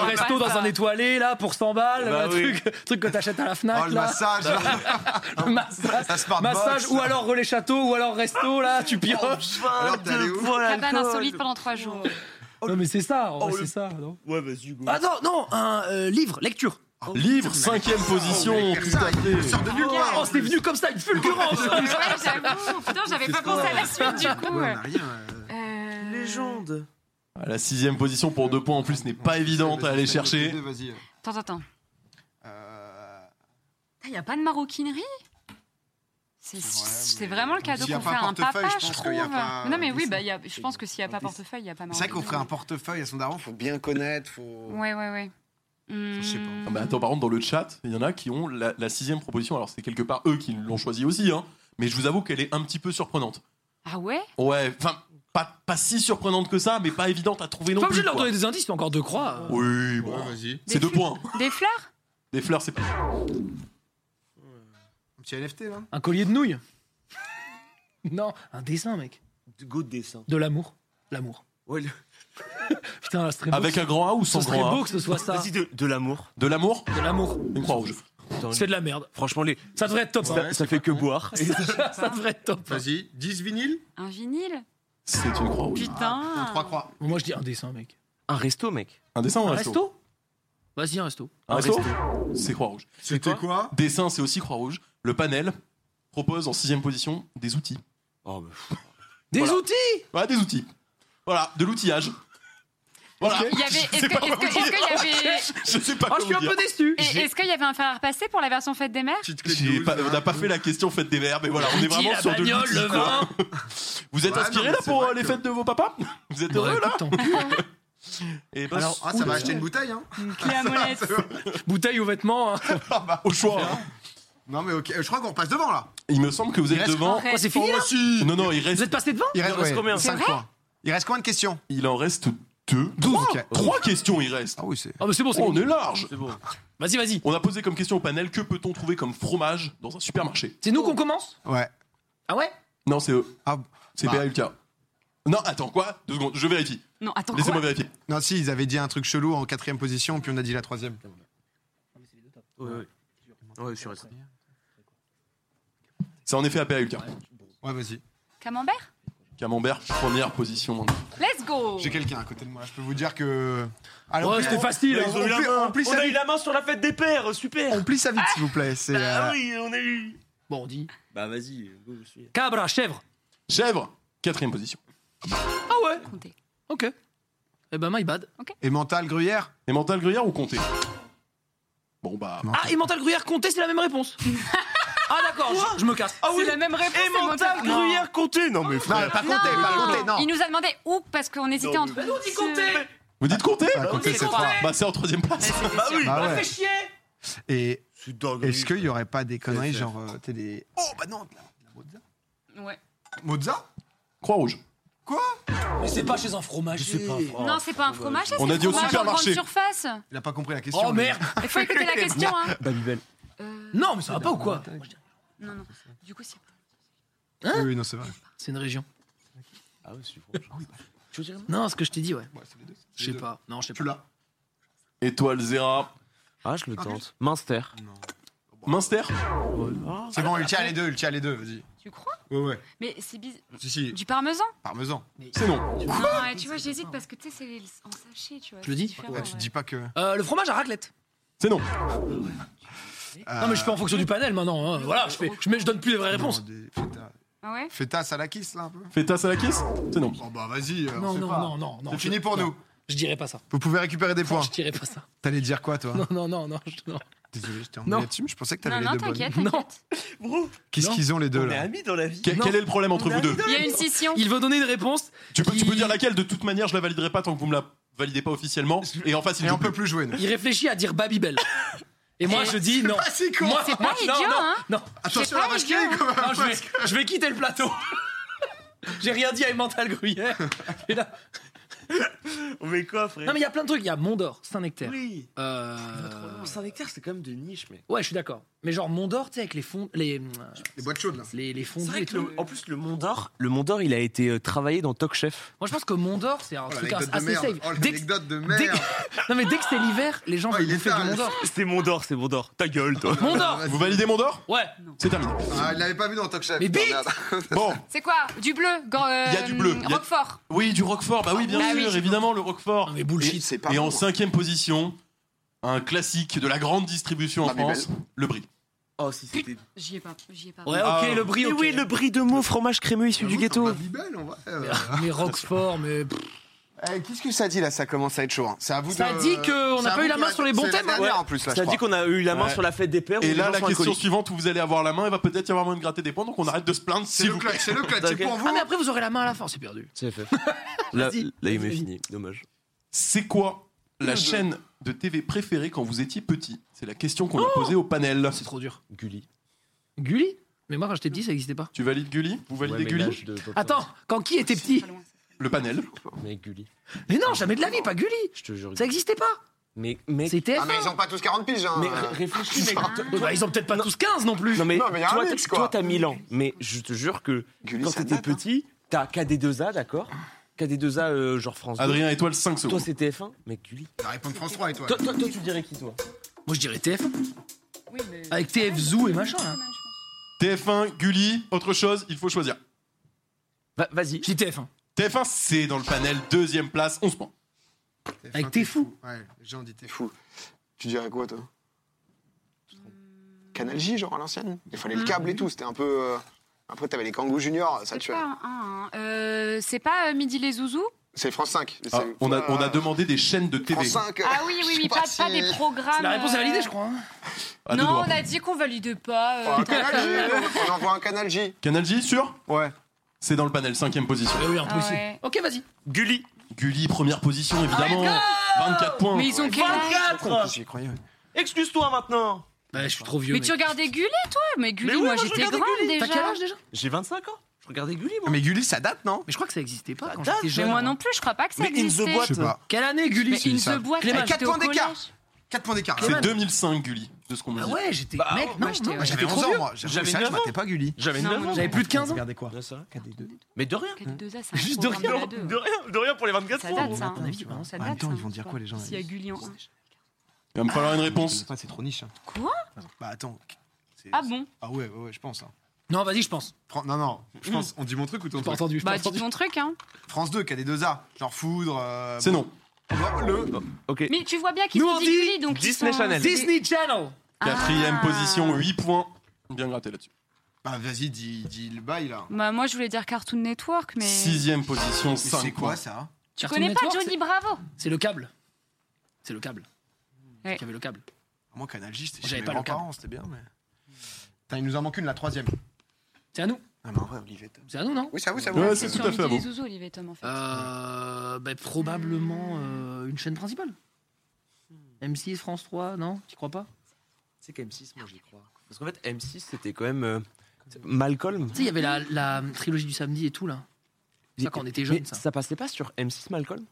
va
resto
pas
dans
ça.
un étoilé, là, pour 100 balles,
Bah
le
oui.
truc, truc que t'achètes à la
Oh,
Fnac,
le
Ah, là.
massage.
Le massage.
La
Ah,
smart
Massage,
box.
ou alors relais château, ou alors resto, là,
Oh,
tu
Oh,
pioches.
Alors, t'es allé où
Cabane insolite pendant trois jours.
Non, mais c'est ça, en vrai,
Oh, le-
c'est ça, non
Ouais, vas-y, go.
Attends, non, un euh, livre, lecture.
Livre, cinquième position.
Oh,
tout à fait.
Sors de nulle
Oh,
part.
Oh, c'est venu comme ça, une fulgurance
Ouais, j'avoue. Putain, j'avais pas pensé à la suite du coup.
Ouais, on a rien, euh,
Euh,
Légende.
À la sixième position pour deux points en plus n'est
Oh,
pas évidente à aller
Vas-y,
chercher.
vas-y, vas-y.
Attends, attends.
Euh,
Il n'y a pas de maroquinerie C'est c'est
mais-
vraiment le cadeau
S'il y a
qu'on fait
pas
à un
portefeuille,
papa,
je
je
pense
trouve.
qu'il y a pas
Non, mais
un
oui,
dessin.
bah, il y a- je pense que s'il n'y a pas portefeuille, il n'y a pas
C'est vrai
maroquinerie.
qu'offrir un portefeuille à son daron, faut bien connaître. Faut...
Ouais, ouais, ouais. Hmm.
Je sais pas.
Mmh.
Ah bah attends, par contre, dans le chat, il y en a qui ont la, la sixième proposition. Alors, c'est quelque part eux qui l'ont choisi aussi, hein. Mais je vous avoue qu'elle est un petit peu surprenante.
Ah ouais
Ouais, enfin, pas, pas si surprenante que ça, mais pas évidente à trouver non
Pas
plus.
obligé de leur
quoi.
donner des indices, mais encore deux croix.
Oui, bon.
vas-y.
C'est deux points. hein.
Des fleurs
Des fleurs, c'est pas.
Un petit NFT, là
Un collier de nouilles. non, un dessin, mec.
Go de dessin.
De l'amour. L'amour.
Ouais, le-
Putain, ce serait beau.
Avec un grand A ou
ce
sans
serait
grand A
beau que ce soit ça.
Vas-y, de, de l'amour.
De l'amour
De l'amour.
Une croix rouge.
C'est de la merde.
Franchement, les...
Ça devrait être top. hein.
ça, ça fait que boire. Et-
ça devrait être top. hein.
Vas-y, 10 vinyles
Un vinyle
C'est une croix rouge.
Ah, Putain
Ah. Trois croix.
Moi, je dis un dessin, mec.
Un resto, mec.
Un dessin ou un
Un
resto
resto Vas-y, un resto.
Un
Un
resto
resto.
C'est Croix-Rouge.
C'était quoi
Dessin, c'est aussi Croix-Rouge. Le panel propose en sixième position des outils.
Oh, bah,
Des
Voilà.
outils
Voilà, des outils. Voilà, de l'outillage. Voilà.
Il y avait. Est-ce
sais
que-
pas
est-ce que-
comment
est-ce qu'il y avait.
Je sais pas
Oh, je suis
comment
un
dire.
peu déçu.
et Est-ce qu'il y avait un fer à repasser pour la version fête des mères
Petite clé de
J'ai
12,
pas- on n'a
hein.
pas fait la question fête des verbes, mais voilà, on est
Outils,
vraiment
la
sur de
bagnole,
l'outil,
le
quoi.
vin.
Vous êtes
Ouais,
inspiré
non,
là
mais
pour
c'est
euh,
vrai
les
que-
fêtes de vos papas Vous êtes
Bah,
heureux là
écoute, tant
Et
pis.
ben,
Alors,
Ah, ça va acheter une bouteille, hein
Clé à molette.
bouteille ou vêtements hein.
au choix. hein.
Non, mais ok, euh, je crois qu'on repasse devant là.
Il me semble que vous
Il
êtes
reste
devant.
Oh, C'est fini, là
Non, non, il
Vous
reste.
êtes passé devant
Il
reste combien
C'est
5
vrai
points. Il reste combien de questions
Il en reste deux. Trois,
ok.
Trois questions, il reste.
Ah oui, c'est.
Ah, mais c'est bon, c'est
Oh,
bon.
on est large.
c'est bon.
Vas-y, vas-y.
On a posé comme question au panel que peut-on trouver comme fromage dans un supermarché
Oh.
C'est nous qu'on commence
Ouais.
Ah ouais
Non, c'est eux.
Ah,
C'est
Bah.
BALK. Non, attends, quoi Deux secondes, je vérifie.
Non, attends.
Laissez-moi
quoi
vérifier.
non, si, ils avaient dit un truc chelou en quatrième position, puis on a dit la troisième.
Ouais, ouais. Ouais, je suis resté.
C'est en effet à BALK.
Ouais, vas-y.
Camembert
Camembert, première position.
Let's go
J'ai quelqu'un à côté de moi, je peux vous dire que. Alors,
Ouais, c'était facile.
on, on plie- on plie
On
ça
a eu
vite,
la main sur la fête des pères, super
on plie ça vite, s'il vous plaît. C'est. euh,
Ah oui, on a eu
Bon, on dit.
Bah vas-y, go, je suis...
Cabra, chèvre.
Chèvre, quatrième position.
Ah ouais
Comptez.
Ok. Eh ben, my bad.
Et mental, gruyère
Et mental gruyère ou comté Bon bah.
Non.
Ah, et mental gruyère compté, c'est la même réponse. ah d'accord, je, je me casse.
Ah
C'est la même réponse. c'est mon top. Non.
compté Non mais
Non, pas compté,
Non.
pas compté, non.
Il nous a demandé où parce qu'on hésitait
Non,
entre.
mais-
on dit compté.
Vous dites comté
Pas
oui,
compté,
c'est
Ah, c'est
vrai.
trois.
Bah c'est en troisième place.
Bah oui
Bah ouais.
chier
Et
C'est dingue
est-ce qu'il y aurait pas des conneries,
TSF.
genre, euh, t'es des. Oh, bah non, de la- de la Mozza.
Ouais.
Oh, Mozza
Croix rouge.
Mais c'est pas chez un fromage. Je sais pas.
Non, c'est pas un fromage. ça,
On
c'est
a dit au
fromage en
supermarché.
grande surface.
Il a pas compris la question.
Oh
lui.
merde
Il faut écouter la question. Hein.
Babybel.
Euh,
Non, mais ça va pas ou quoi
non, non. Du coup, c'est.
Oui, oui, non, c'est vrai.
C'est une région.
Ah ouais, c'est franchement. Tu veux dire
Non, ce que je t'ai dit, ouais.
Ouais, c'est les deux.
Je
Les
sais
deux.
pas. Non, je sais pas.
Tu l'as
Étoile Zera.
Ah, je le
Ah,
tente. Minster.
Munster
Ah,
C'est bon, il tient les deux, il tient les deux, vas-y.
Tu crois
Ouais, ouais.
Mais c'est bizarre.
Si, si,
Du parmesan
parmesan.
C'est non.
Non, ouais, tu vois, j'hésite parce que tu sais, c'est les- en sachet, tu vois.
Je le dis
c'est différent,
Ouais, tu
ouais.
dis pas que.
Euh, le fromage à raclette.
C'est non.
Euh,
Non, mais je fais en fonction du panel maintenant. hein. Voilà, je, fais, je, mets- je donne plus les vraies réponses.
Feta.
Ah ouais
Feta salakis, là, un peu
Feta Salakis C'est non.
Bon, bah, vas-y, euh, on
Non,
sait
non,
pas.
non, non, non.
C'est
je-
fini pour
non,
nous.
Je dirais pas ça.
Vous pouvez récupérer des points.
Je dirais pas ça.
T'allais dire quoi, toi
Non, non, non, non. je- non.
Désolé, je t'ai
Non.
emmené là-dessus, mais je pensais que
Non,
t'avais les
non,
deux bonnes.
t'inquiète,
bonnes.
t'inquiète.
Bro,
Qu'est-ce
Non.
qu'ils ont, les deux,
on est
là
amis dans la vie.
Que-
Non.
Quel est le problème entre
On
vous
a
deux
ridé.
Il y a une scission.
Il veut donner une réponse.
tu peux, tu peux
Il-
dire laquelle De toute manière, je la validerai pas tant que vous me la validez pas officiellement. Et en face, il
Et
joue
on peut
plus.
plus jouer, nous.
Il réfléchit à dire Babybel. Et moi,
Et-
je dis non.
Ah, c'est con
Moi,
C'est pas
moi,
idiot,
non, non,
hein.
non.
Attention
pas
à la vache qui
idiot.
est, quand même
Non, je, vais, je vais quitter le plateau. J'ai rien dit à Emmental Gruyère. Et là-
On met quoi, frère
Non, mais il y a plein de trucs. Il y a Mondor, Saint-Nectaire.
Oui.
Euh...
saint nectaire c'est quand même de niche, mec.
Ouais, je suis d'accord. Mais genre Mondor, tu sais, avec les fonds, les, euh,
Les boîtes chaudes, là.
les, les
C'est
fondus
vrai
et
que
tout.
le- en plus, le Mont d'Or, le Mont d'Or, il a été euh, travaillé dans Talk Chef.
Moi, je pense que Mondor, c'est un
Oh,
truc
l'anecdote de
assez
merde.
safe.
Oh,
Dès que-
l'anecdote de
dès
merde.
que- Non, mais dès que c'est l'hiver, les gens
Oh,
veulent
il est
bouffer du
tard,
Mondor.
C'est Mont d'Or, c'est Mont d'or. Ta gueule, toi.
Mondor
Vous validez mon d'or
Ouais.
C'est terminé.
Ah, il l'avait pas vu dans Talk Chef.
Mais
putain,
bite
merde.
Bon.
C'est quoi Du bleu grand- euh,
Il y a du bleu, il y a-
Roquefort.
Oui, du Roquefort. Bah oui, bien
Bah oui,
sûr,
je-
évidemment, le Roquefort.
Non, Oh, mais bullshit.
C'est pas
Et en
bon.
cinquième position, un classique de la grande distribution en
Bah, mais
France, le brie.
Oh, si c'était.
J'y ai pas. J'y ai pas.
Ouais, ok,
Ah.
le brie,
Mais
ok.
oui, le brie de Meaux, fromage crémeux issu du
J'avoue,
ghetto.
t'en bats Bibel, en vrai, euh.
Mais Roquefort, mais.
Eh, Qu'est-ce que ça dit là Ça commence à être chaud. hein. C'est à vous
Ça
de-
dit qu'on
c'est
n'a
à
pas
vous
eu la
de-
main sur les bons
c'est la
thèmes,
dernière,
hein.
en plus là. je
Ça dit
crois.
qu'on a eu la main
Ouais.
sur la fête des pères. où
Et
les
là,
gens
la
sont
question
alcooliques.
suivante où vous allez avoir la main, il va peut-être y avoir moyen de gratter des points, donc on arrête de se plaindre.
C'est
s'il
le
vous
clutch,
plaît.
c'est le clutch, c'est
Ok.
pour
Ah,
vous.
mais après, vous aurez la main à la fin, c'est perdu.
C'est fait. Là,
Vas-y.
là, il m'est
Vas-y.
fini. Dommage.
C'est quoi la chaîne de TV préférée quand vous étiez petit C'est la question qu'on a posée au panel.
C'est trop dur.
Gulli.
Gulli Mais moi, quand j'étais petit, ça n'existait pas.
Tu valides Gulli Vous validez
Ouais, mais
Gulli
l'âge de Pop
Attends, quand qui était petit
Pas loin, ça.
Le panel.
Star. Mais Gulli,
Mais non, jamais de la vie, pas Gulli
je te jure.
Ça n'existait pas
Mais mec.
C'était.
Ah, mais ils ont pas tous 40 piges. Hein.
Mais ré- réfléchis, mec.
Oh, bah, ils ont peut-être pas tous 15 non plus.
Non mais,
Non, mais y a un
toi,
mix,
t'es-
quoi.
toi, t'as 1000 ans, mais je te jure que
Gulli,
quand
ça
t'étais
date, hein.
petit, t'as KD2A, d'accord KD2A, euh, genre France 2.
Adrien Étoile, 5
Toi,
secondes.
c'est TF1 Mec, Gulli.
Ça répond de France 3 et toi.
Toi, toi, toi, tu dirais qui, toi
Moi je dirais TF.
Oui, mais.
Avec TF Zoo et machin. là.
TF1, Gulli, autre chose, il faut choisir.
Bah,
Va- Vas-y.
Je dis TF1.
TF1, c'est dans le panel, deuxième place, 11 points.
Avec t'es fou.
Ouais, les gens disent t'es fou. Tu dirais quoi, toi Canal J, genre à l'ancienne Il fallait le
Mm.
câble et tout, c'était un peu. euh, Après, t'avais les Kangoo Junior, ça hein.
C'est
tuait.
pas, un- un- euh, c'est pas euh, Midi les Zouzous
C'est France 5.
Ah,
c'est-
on, a, on a
euh,
demandé des chaînes de TV.
France 5.
Ah oui, oui,
je
oui,
sais
pas,
si-
pas des programmes.
C'est la réponse à valider,
euh,
je crois. hein.
À deux
non,
doigts.
on a dit qu'on valide pas. euh,
Oh, un
t'as-
Canal J, on envoie un Canal J.
Canal J, sûr
Ouais.
C'est dans le panel, cinquième position.
Ah oui,
Ah
impossible.
ouais.
Ok, vas-y.
Gulli.
Gulli, première position, évidemment. 24 points.
Oh Mais ils ont quel âge
24
J'y croyais.
Excuse-toi maintenant
Bah, je suis trop vieux.
Mais
mec.
tu regardais Gulli, toi Mais Gulli,
Mais oui,
moi,
moi, je
j'étais
regardais
grande
Gulli.
déjà.
T'as quel âge déjà
J'ai 25 ans Je regardais Gulli, moi
Mais Gulli, ça date, non
Mais je crois que ça existait pas quand
date,
j'étais
Mais
jeune.
moi non plus, je crois pas que ça
Mais In the
existait.
Boîte,
Quelle année, Gulli
Mais
si,
In
ça.
the Boîte,
Clément,
j'étais
quatre
au
points d'écart.
collège.
4 points d'écart.
C'est 2005, Gulli, de ce qu'on me dit.
Ah ouais, j'étais.
Bah,
mec,
moi,
non,
j'étais-
non,
moi,
J'avais 11 ans, moi. J'avoue,
J'avais
ça, je
9 ans.
matais pas Gulli.
J'avais
Non,
9
moi,
ans.
J'avais plus de 15 ans.
Regardez quoi
Ouais, c'est vrai.
KD2.
Mais de rien.
Quel deux A, c'est un
Juste de
programme
rien.
à deux.
De rien, de rien pour les 24
Ça
ans.
date,
bon,
ça.
à ton avis,
hein. Ça
En même
date,
temps,
ça,
ils vont dire quoi, les gens
S'il y a Gulli en un.
Il va me falloir une
Je sais
réponse.
pas, C'est trop niche. hein.
Bah attends. c'est-
Ah bon
Ah ouais, ouais, ouais, je pense. hein.
Non, vas-y, je pense.
Fran- Non, non, je pense.
Mm.
On dit mon truc ou ton
J'ai pas
truc
entendu. j'ai pas
Bah, dis
entendu.
ton truc, hein.
France 2, KD2A. Genre Foudre. euh,
C'est non.
Le.
Ok.
Mais tu vois bien qu'ils
Nous,
ont
on
dit
dit
Gulli, donc ils
Disney
sont-
Channel.
Disney Channel.
Quatrième
Ah.
position, 8 points. Bien gratté là-dessus.
Bah vas-y, dis, dis le bail là.
Bah, moi, je voulais dire Cartoon Network, mais.
Sixième position,
Mais C'est
5
quoi
points.
ça
Tu
Cartoon
connais pas
Network,
Johnny Bravo
c'est- C'est le câble. C'est le câble.
Ouais.
Qui avait le câble.
Moi, Canal J, c'était
J'avais
chez mes
pas le
grands-parents, c'était bien, mais. Putain, il nous en manque une, la troisième.
C'est à nous.
Ah, mais en vrai, Olivier, t'as-
C'est à nous, non
Oui, ça vous, ça vous.
Ouais, c'est
sur
tout à fait à
Midi
vous.
les Zouzous, Olivier Tom, en
Ah,
fait.
Euh, bah, probablement euh, une chaîne principale. M6, France 3, non Tu crois pas
C'est qu'M6, moi j'y crois. Parce qu'en fait, M6, c'était quand même. euh, Malcolm
Tu sais, il y avait la, la trilogie du samedi et tout, là. Ça, quand on était
Mais
jeunes, ça.
ça passait pas sur M6 Malcolm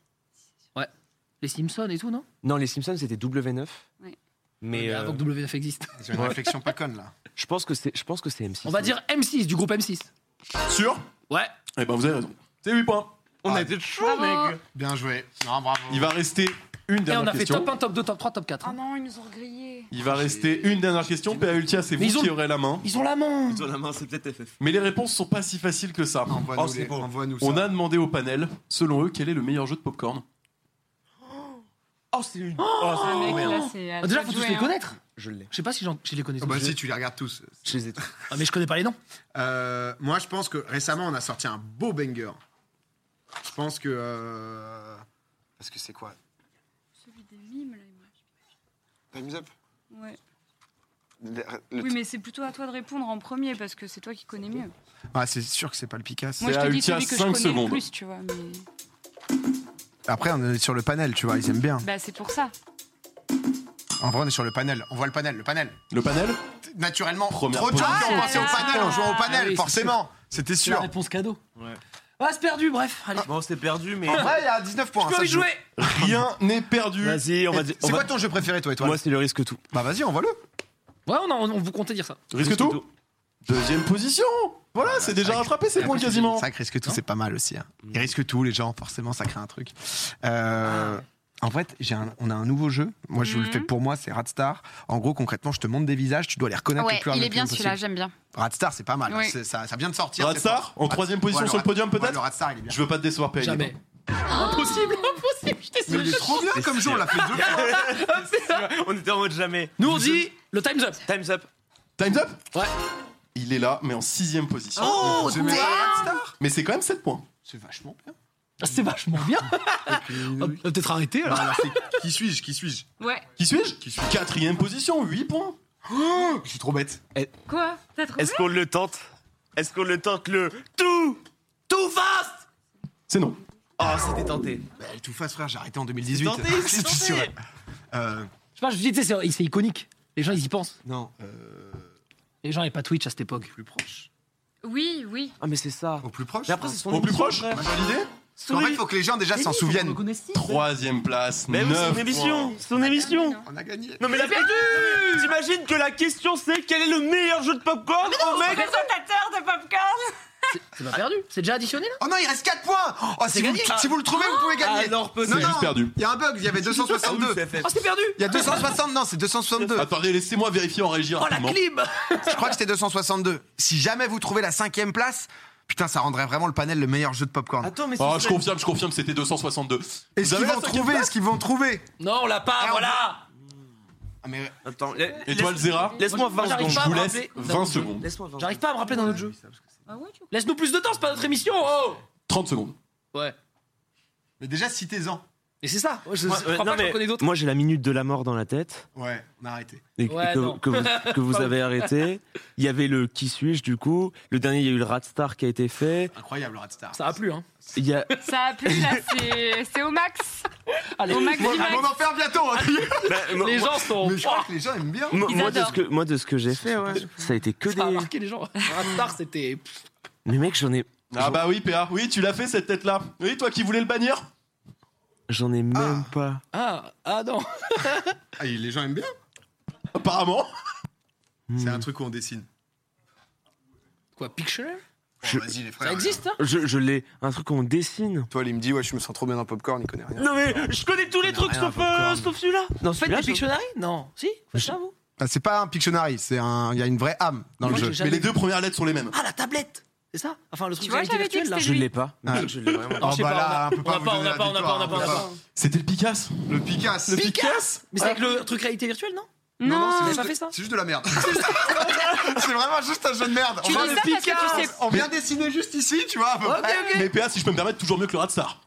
Les Simpsons et tout, non
Non, les Simpsons c'était W9.
Ouais.
Mais euh,
Avant que WF existe.
C'est une réflexion pas conne là.
je pense que c'est je pense que c'est M6.
On va
ouais.
dire M6, du groupe M6.
Sûr
Ouais.
Eh ben vous avez raison. C'est 8 points.
on
Ah.
a été chaud
Bravo.
mec.
Bien joué. Non, bravo.
Il va rester une
Et on
dernière
a fait
question.
top 1, top 2, top 3, top hein. 4.
Oh non, ils nous ont grillés.
Il va rester une dernière question. PA Ultia, c'est vous
Mais ils ont-
qui aurez la main.
Ils ont la main
Sur la main, c'est peut-être FF.
Mais les réponses sont pas si faciles que ça.
Envoie-nous
Oh, c'est
les-
beau.
envoie-nous ça.
On a demandé au panel, selon eux, quel est le meilleur jeu de popcorn
Oh, c'est une. Oh, c'est-
Ah, mec,
merde.
là, c'est. à
Déjà,
toi
faut
de
tous
jouer,
les
hein.
connaître.
Je l'ai.
Je sais pas si j'en- je les connais
Ah
tous.
bah
je-
si tu les regardes tous.
Je les ai tous.
Ah, mais je connais pas les noms.
Euh, moi, je pense que récemment, on a sorti un beau banger. Je pense que. euh, Parce que c'est quoi
Celui des mimes, là. il me-
Time's Up
Ouais.
Le-
Oui, mais c'est plutôt à toi de répondre en premier parce que c'est toi qui connais mieux.
Ah, c'est sûr que c'est pas le Picasso.
Moi, je
à
te dis
Ultia,
celui que je
cinq
connais
secondes.
le plus, tu vois. mais-
Après, on est sur le panel, tu vois, ils aiment bien.
Bah, c'est pour ça.
En vrai, on est sur le panel. On voit le panel, le panel.
Le panel
Naturellement,
Première
trop de gens qui
position.
ont pensé au
Ah là
panel
là.
en jouant au
Ah oui,
panel,
c'est
forcément. C'était
C'est la
sûr.
réponse cadeau.
Ouais.
Ah, c'est perdu, bref. Allez.
Bon, c'est perdu, mais.
En vrai, il y a 19 points.
Je peux
ça
y
se joue.
jouer
Rien n'est perdu.
Vas-y, on va dire.
C'est quoi ton jeu préféré, toi, étoile
Moi, c'est le risque tout.
Bah, vas-y, envoie-le.
Ouais, on, a- on vous comptait dire ça.
Risque tout Deuxième position Voilà, c'est déjà
ça-
rattrapé ces points quasiment.
Ça, risque tout,
Non
c'est pas mal aussi. hein. Il risque tout, les gens, forcément, ça crée un truc. Euh, En fait, j'ai un- on a un nouveau jeu. Moi, je vous le
Mhm.
fais pour moi, c'est Radstar. En gros, concrètement, je te montre des visages, tu dois les reconnaître
Ouais,
le plus
il est
rapidement
bien celui-là,
possible.
j'aime bien.
Radstar, c'est pas mal. hein.
Oui.
C'est- Ça, ça vient de sortir. c'est
Radstar,
fort.
en troisième position
Ouais,
sur le
Rad-
podium
ouais, le
peut-être
Radstar, il est bien.
Je veux pas te décevoir, PA.
Jamais. Oh, Impossible, impossible, je t'ai
Mais il est trop bien comme jeu, on l'a fait deux fois.
On était en mode jamais.
Nous, on dit le time's up.
Time's up.
Time's up
Ouais.
Il est là, mais en sixième position.
Oh,
J'ai même pas Radstar.
Mais c'est quand même 7 points.
C'est vachement bien.
Ah, C'est vachement bien. On va peut-être arrêter
Bah,
alors.
alors, c'est- qui suis-je Qui suis-je
Ouais.
Qui suis-je Qui suis Quatrième position, 8 points.
Oh, Je suis trop bête.
Quoi T'as trouvé
Est-ce qu'on le tente Est-ce qu'on le tente le tout Tout fast
C'est non.
Oh, c'était tenté.
Bah, tout face, frère, j'ai arrêté en 2018.
C'est tenté, c'est
Je suis
tenté.
Ah, sûr. Euh,
Je sais pas, je dis, tu sais, c'est- c'est iconique. Les gens, ils y pensent.
non, euh,
Les gens n'avaient pas Twitch à cette époque.
plus proche.
Oui, oui.
Ah, mais c'est ça.
Au plus proche.
Mais après,
hein.
c'est son
Au plus proche,
frère.
validé.
en fait, il faut que les gens déjà s'en souviennent.
Troisième place,
Mais oui,
9
son
points.
émission Son émission
On a gagné.
Non mais la question- T'imagines que la question c'est quel est le meilleur jeu de popcorn au mec
Présentateur de popcorn
C'est pas perdu. C'est déjà additionné là
Oh non, il reste 4 points Oh, si
C'est
vous,
gagné.
si vous le trouvez, vous pouvez gagner.
Alors
Non,
C'est
non,
juste perdu.
Il y a un bug, il y avait 262.
Oh, c'est perdu
Il y a 260, non, c'est 262.
Attendez, laissez-moi vérifier en régie
Euh. Oh la
rapidement.
clim
Je crois que c'était 262. Si jamais vous trouvez la cinquième place, putain, ça rendrait vraiment le panel le meilleur jeu de popcorn.
Attends mais
Ah,
c'est
je confirme, je confirme, c'était 262.
Est-ce qu'ils
Vous avez la
vont
cinquième
trouver Est-ce qu'ils vont trouver
Non, on l'a pas,
Alors,
voilà
Ah, mais
Attends, la-
Étoile
laisse-
Zera,
laisse-moi
Moi,
20
j'arrive
secondes.
pas à
je vous
me
laisse
rappeler.
20 secondes.
Laisse-moi 20
J'arrive pas à me rappeler d'un autre jeu.
Ah ouais, tu
Laisse-nous plus de temps, c'est pas notre émission. Oh
30 secondes.
ouais.
mais déjà, citez-en.
Et c'est ça. Moi, je,
Moi,
je crois
euh, non,
pas que j'en
mais
connais d'autres.
Moi, j'ai la minute de la mort dans la tête
Ouais, on a arrêté.
et que-
Ouais, non.
que, que vous, que vous avez arrêté. Il y avait le qui suis-je du coup. Le dernier, il y a eu le Radstar qui a été fait.
Incroyable, Red Star.
Ça a plu, hein.
Il y a
Ça a plu, là, c'est c'est au max.
Allez,
Au max du
Ah, mais on
max.
en fait un bientôt. hein.
les gens sont.
Mais je crois que les gens aiment bien.
Moi,
Ils
moi, de
adorent.
ce que, moi, de ce que j'ai fait, ouais, ça a été que
Ça a
des.
marqué les gens. Rapstar, c'était.
Mais mec, j'en ai,
Ah bah oui, PA, oui, tu l'as fait cette tête-là. Oui, toi qui voulais le bannir
j'en ai même
Ah.
pas.
Ah, ah non.
Ah, les gens aiment bien.
Apparemment.
C'est
Hmm.
un truc où on dessine.
Quoi, Pictionary
Bon,
Je-
Vas-y, les frères.
Ça existe, hein
Je, je l'ai. Un truc qu'on dessine.
Toi, il me dit, ouais, je me sens trop bien dans Popcorn, il connaît rien.
Non mais je connais tous les
trucs
trucs
rien à
sauf,
sauf, euh, Popcorn. sauf
celui-là. Non,
Vous faites
celui-là.
des Pictionary Non. Si Faites ça, vous
Ah, c'est pas un Pictionary, c'est un. Il y a une vraie âme dans
Moi,
le
j'ai
jeu.
jamais-
Mais les deux premières lettres sont les mêmes.
Ah, la tablette C'est ça Enfin, le truc
Tu
de
vois,
réalité
j'avais dit que
virtuelle, là.
Je l'ai pas.
Ah.
Je l'ai vraiment pas.
Non,
Ah
je sais
bah là, on peut
on
pas
a
vous
pas, on
donner
a
la
pas, on a pas, on
victoire,
a pas, on a
on peut
pas.
C'était le Picasso.
Le Picasse.
Le Picasso
Mais c'est avec le truc réalité virtuelle, non
Non,
vous avez
juste
pas
de-
fait ça
C'est juste de la merde. c'est vraiment juste un jeu de merde.
Tu dis
vient
ça
de-
parce que tu sais.
on vient dessiner juste ici, tu vois. à peu
Ok,
près.
ok.
Mais PA, si je peux me permettre, toujours mieux que le Radstar.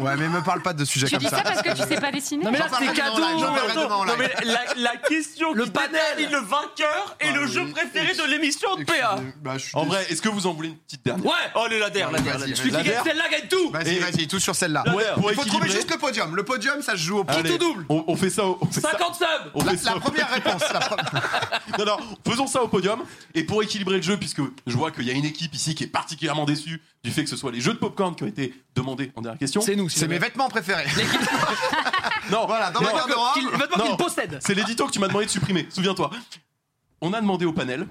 Ouais, mais me parle pas de sujet
Tu
comme
dis
ça.
ça parce que tu sais pas dessiner
Non, mais là,
J'en
c'est
parlerai
cadeau.
demain en live, j'en parlerai demain en
Non, mais
live.
la, la question
Le
qui
panel.
détermine le vainqueur et
Ah
le
oui.
jeu préféré de l'émission de PA.
Excusez- bah, je suis
En
déçu.
vrai, est-ce que vous en voulez une petite dernière
Ouais
Oh les ladères,
Ouais,
ladères,
vas-y,
ladères.
vas-y.
Celui qui
Lader.
gagne celle-là gagne tout
Vas-y,
Et-
vas-y, tout sur celle-là.
Ouais,
Il faut
pour
trouver
équilibrer.
juste le podium. Le podium, ça se joue au point.
Allez, on, on fait ça, au- on fait ça.
50 subs
On
La,
fait ça.
la première réponse. la pre-
Non, non, faisons ça au podium. Et pour équilibrer le jeu, puisque je vois qu'il y a une équipe ici qui est particulièrement déçue du fait que ce soit les jeux de popcorn qui ont été demandés en dernière question.
nous,
C'est mes vêtements préférés.
Non,
Voilà, dans
non,
ma garde-robe.
Maintenant
Non.
qu'il possède
c'est l'édito que tu m'as demandé de supprimer. Souviens-toi. On a demandé au panel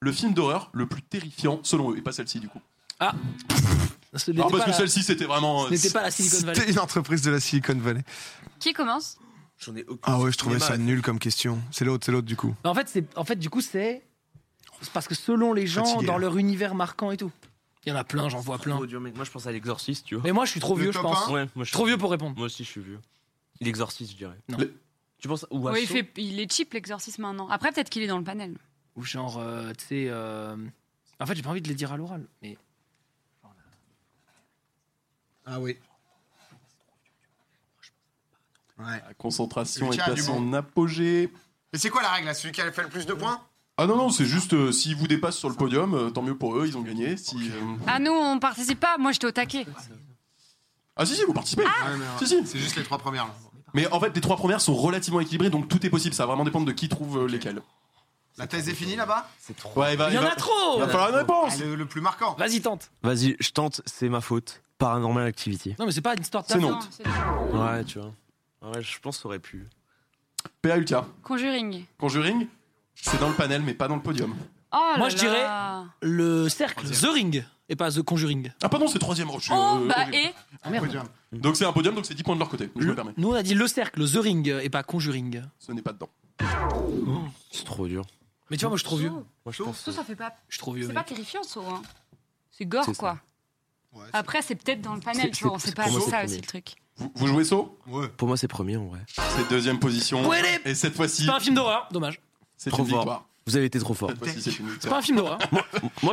le film d'horreur le plus terrifiant selon eux, et pas celle-ci du coup.
Ce
Alors
n'était
parce
pas
que
la-
celle-ci c'était vraiment.
ce
euh,
n'était pas la Silicon Valley.
C'était une entreprise de la Silicon Valley.
Qui commence
J'en ai aucune.
Ah ouais, je trouvais
Cinéma,
ça
là.
nul comme question. C'est l'autre, c'est l'autre du coup.
Mais En fait, c'est- en fait, du coup, c'est. c'est Parce que selon les gens,
Fatigué,
dans
hein.
là.
leur univers marquant et tout. Il y en a plein, j'en vois plein.
Trop dur, mec. Moi je pense à l'exorciste, tu vois.
Mais moi, je suis trop
Le
vieux, je
top
pense.
un
Ouais, moi je
Trop vieux pour répondre.
Moi aussi je suis vieux. L'exorciste, je dirais.
Non.
Le-
Tu penses ou à
Oui, Oh, il,
Saw
fait, il est cheap l'exorcisme maintenant. Après, peut-être qu'il est dans le panel.
Ou genre, euh, tu sais. euh, En fait, j'ai pas envie de les dire à l'oral. Mais
Ah oui. Ouais.
La concentration est
Lucas
à
Dumont.
son apogée.
Mais c'est quoi la règle là Celui qui a fait le plus de points
Ah non, non, c'est juste euh, s'ils vous dépassent sur le podium, euh, tant mieux pour eux, ils ont gagné. Si, euh,
Ah, nous, on participe pas. Moi, j'étais au taquet.
Ah si, si, vous participez.
Ouais, mais, euh,
Si, si.
C'est juste les trois premières. là.
Mais en fait, les trois premières sont relativement équilibrées, donc tout est possible. Ça va vraiment dépendre de qui trouve euh, lesquelles.
La thèse est finie là-bas
C'est trop.
Ouais, Ah, il va,
il y en
il va-
a trop
il va falloir une réponse.
le, le plus marquant.
Vas-y, tente.
Vas-y, je tente, c'est ma faute. Paranormal Activity.
Non, mais c'est pas une histoire de
C'est
taf.
non.
c'est-
Ouais, tu vois. Ouais, je pense que ça aurait pu.
PA Ultia.
Conjuring.
Conjuring, c'est dans le panel, mais pas dans le podium.
Oh là
Moi, je dirais-
là.
Le cercle, The Ring, et pas The Conjuring.
Ah pardon, c'est troisième roche. Euh,
Oh, bah, et.
Ah, merde.
Podium.
Donc c'est un podium, donc c'est 10 points de leur côté. Je me permets.
Nous, on a dit le cercle, The Ring, et pas Conjuring.
Ce n'est pas dedans.
C'est trop dur.
Mais tu vois, moi, je suis trop vieux.
Moi je pense. euh,
Ça, ça fait pas.
Je suis trop vieux.
C'est
mec.
pas terrifiant, ça. hein. C'est gore,
C'est ça.
quoi.
Ouais, c'est-
Après, c'est peut-être dans le
C'est-
panel, tu vois. On
c'est-
sait
c'est
pas.
pour
C'est
moi,
ça
c'est
aussi
premier.
le truc.
Vous, vous jouez saut
ouais.
Pour moi, c'est premier en vrai.
C'est deuxième position.
Ouais, les-
Et cette fois-ci,
C'est pas un film d'horreur, dommage.
c'est
Trop
une
fort.
victoire.
Vous avez été trop fort.
Cette fois-ci, c'est une
C'est
victoire.
pas un film d'horreur.
Moi,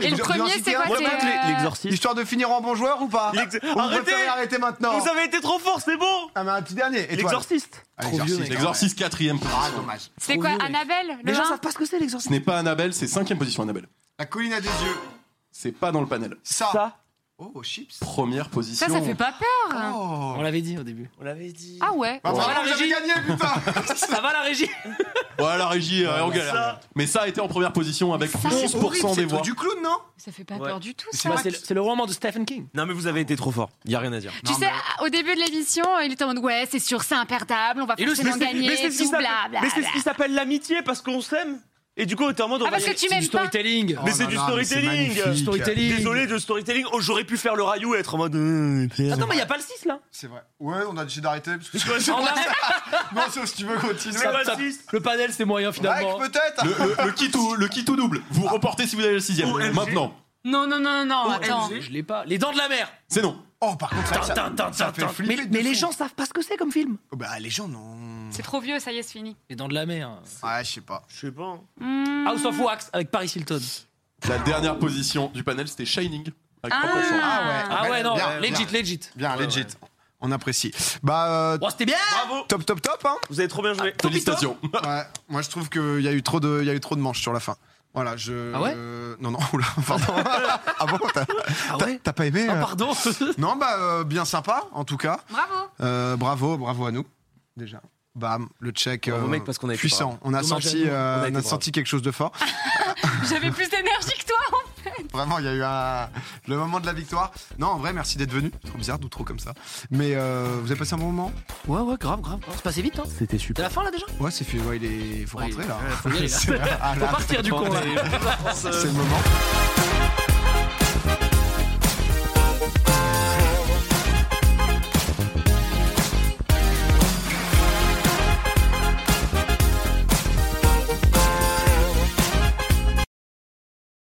Et
je
le
vous-
premier,
vous-
c'est
vous-
quoi
vous-
c'est,
Moi,
euh,
l'exorciste.
Histoire de finir en bon joueur ou pas Ou vous préférez arrêter maintenant
Vous avez été trop fort, c'est bon
Ah mais un petit dernier. Étoile.
L'exorciste
Ah,
Trop vieux, mec.
L'exorciste, quatrième
Ah
position.
dommage.
C'est
Trop
quoi,
vieux, mec.
Annabelle
Les
Le
gens
1
savent pas ce que c'est, l'exorciste.
Ce n'est pas Annabelle, c'est cinquième position Annabelle.
La colline à des yeux.
C'est pas dans le panel.
Ça.
Ça
Oh chips.
Première position.
Ça, ça fait pas
Ah
peur.
On
Oh.
l'avait dit au début.
On l'avait dit.
Ah ouais.
Bah,
Ouais.
bravo,
Voilà,
j'avais
Régis.
gagné putain.
Ça va, la régie
Ouais, la régie, euh, on galère. Mais ça a été en première position avec
Ça, c'est
11%
horrible,
des
c'est le
voix.
truc du clown non
Ça fait pas
Ouais.
peur du tout,
C'est
ça.
Bah, C'est le- c'est le roman de Stephen King.
Non, mais vous avez été trop fort. Y a rien à dire.
Tu sais, à- au début de l'émission, il était en mode Ouais, c'est sûr, c'est imperdable, on va
Et le-
forcément
mais c'est- mais
gagner,
c'est ce qui
tout,
s'appelle-
bla bla.
mais c'est ce
bla.
qui s'appelle l'amitié parce qu'on s'aime. Et du coup, t'es en mode. on
Ah,
va
parce
y
que
aller.
tu
C'est
m'aimes
du
pas.
storytelling.
Oh Mais c'est du storytelling.
magnifique.
Storytelling.
Désolé de storytelling. Oh, j'aurais pu faire le raillou et être en mode. euh, père.
Attends, mais y a pas le 6 là
C'est vrai. Ouais, on a décidé d'arrêter parce que
On a-
non, sauf si tu veux continuer.
C'est pas
ça-
six.
Le panel c'est moyen finalement.
Mike bah, peut-être.
Le, le, le kit ou- le kit ou double. Vous reportez si vous avez le sixième.
OMG.
Maintenant.
Non, non, non, non, non, attends.
Je l'ai pas. Les dents de la mer
C'est non.
Oh, par contre, ça, ça- ça fait flipper.
Mais,
de
mais les
fou.
gens savent pas ce que c'est comme film.
Oh, Bah, les gens, non.
C'est trop vieux, ça y est, c'est fini.
Les dents de la mer.
Ouais, je sais pas.
Je sais pas.
Hmm.
Ah.
House of Wax avec Paris Hilton.
La dernière position du panel, c'était Shining. Avec
Ah.
3%.
Ah ouais, non,
bien,
legit,
bien.
legit.
Bien, legit. On apprécie. Bah, euh,
Oh, c'était bien
Bravo
top, top, top, hein.
Vous avez trop bien joué.
Félicitations.
Ouais, moi je trouve qu'il y a eu trop de, il y a eu trop de manches sur la fin. Voilà, je.
Ah ouais
euh, Non, non, oula, pardon. ah bon, t'as
Ah
t'as-
ouais
t'as pas aimé
Ah,
euh
pardon
Non, bah, euh, bien sympa, en tout cas.
Bravo.
Euh, bravo, bravo à nous, déjà. Bam, le check.
Bravo,
euh,
mec, parce qu'on a été
Puissant. On a,
Dommage à
senti,
nous,
euh,
on a
on
été
a
brave.
senti quelque chose de fort.
J'avais plus d'énergie que toi.
Vraiment, il y a eu un- le moment de la victoire. Non, en vrai, merci d'être venu. Trop bizarre, d'outro comme ça. Mais euh, vous avez passé un bon moment
Ouais, ouais, grave, grave. grave. C'est passé vite, hein.
C'était
C'est
super.
la fin, là, déjà
Ouais, c'est fait. Ouais, il est. Faut
Ouais,
rentrer là.
ouais, faut y aller, là.
C'est- ah,
Faut
là,
partir du con, là.
c'est le moment.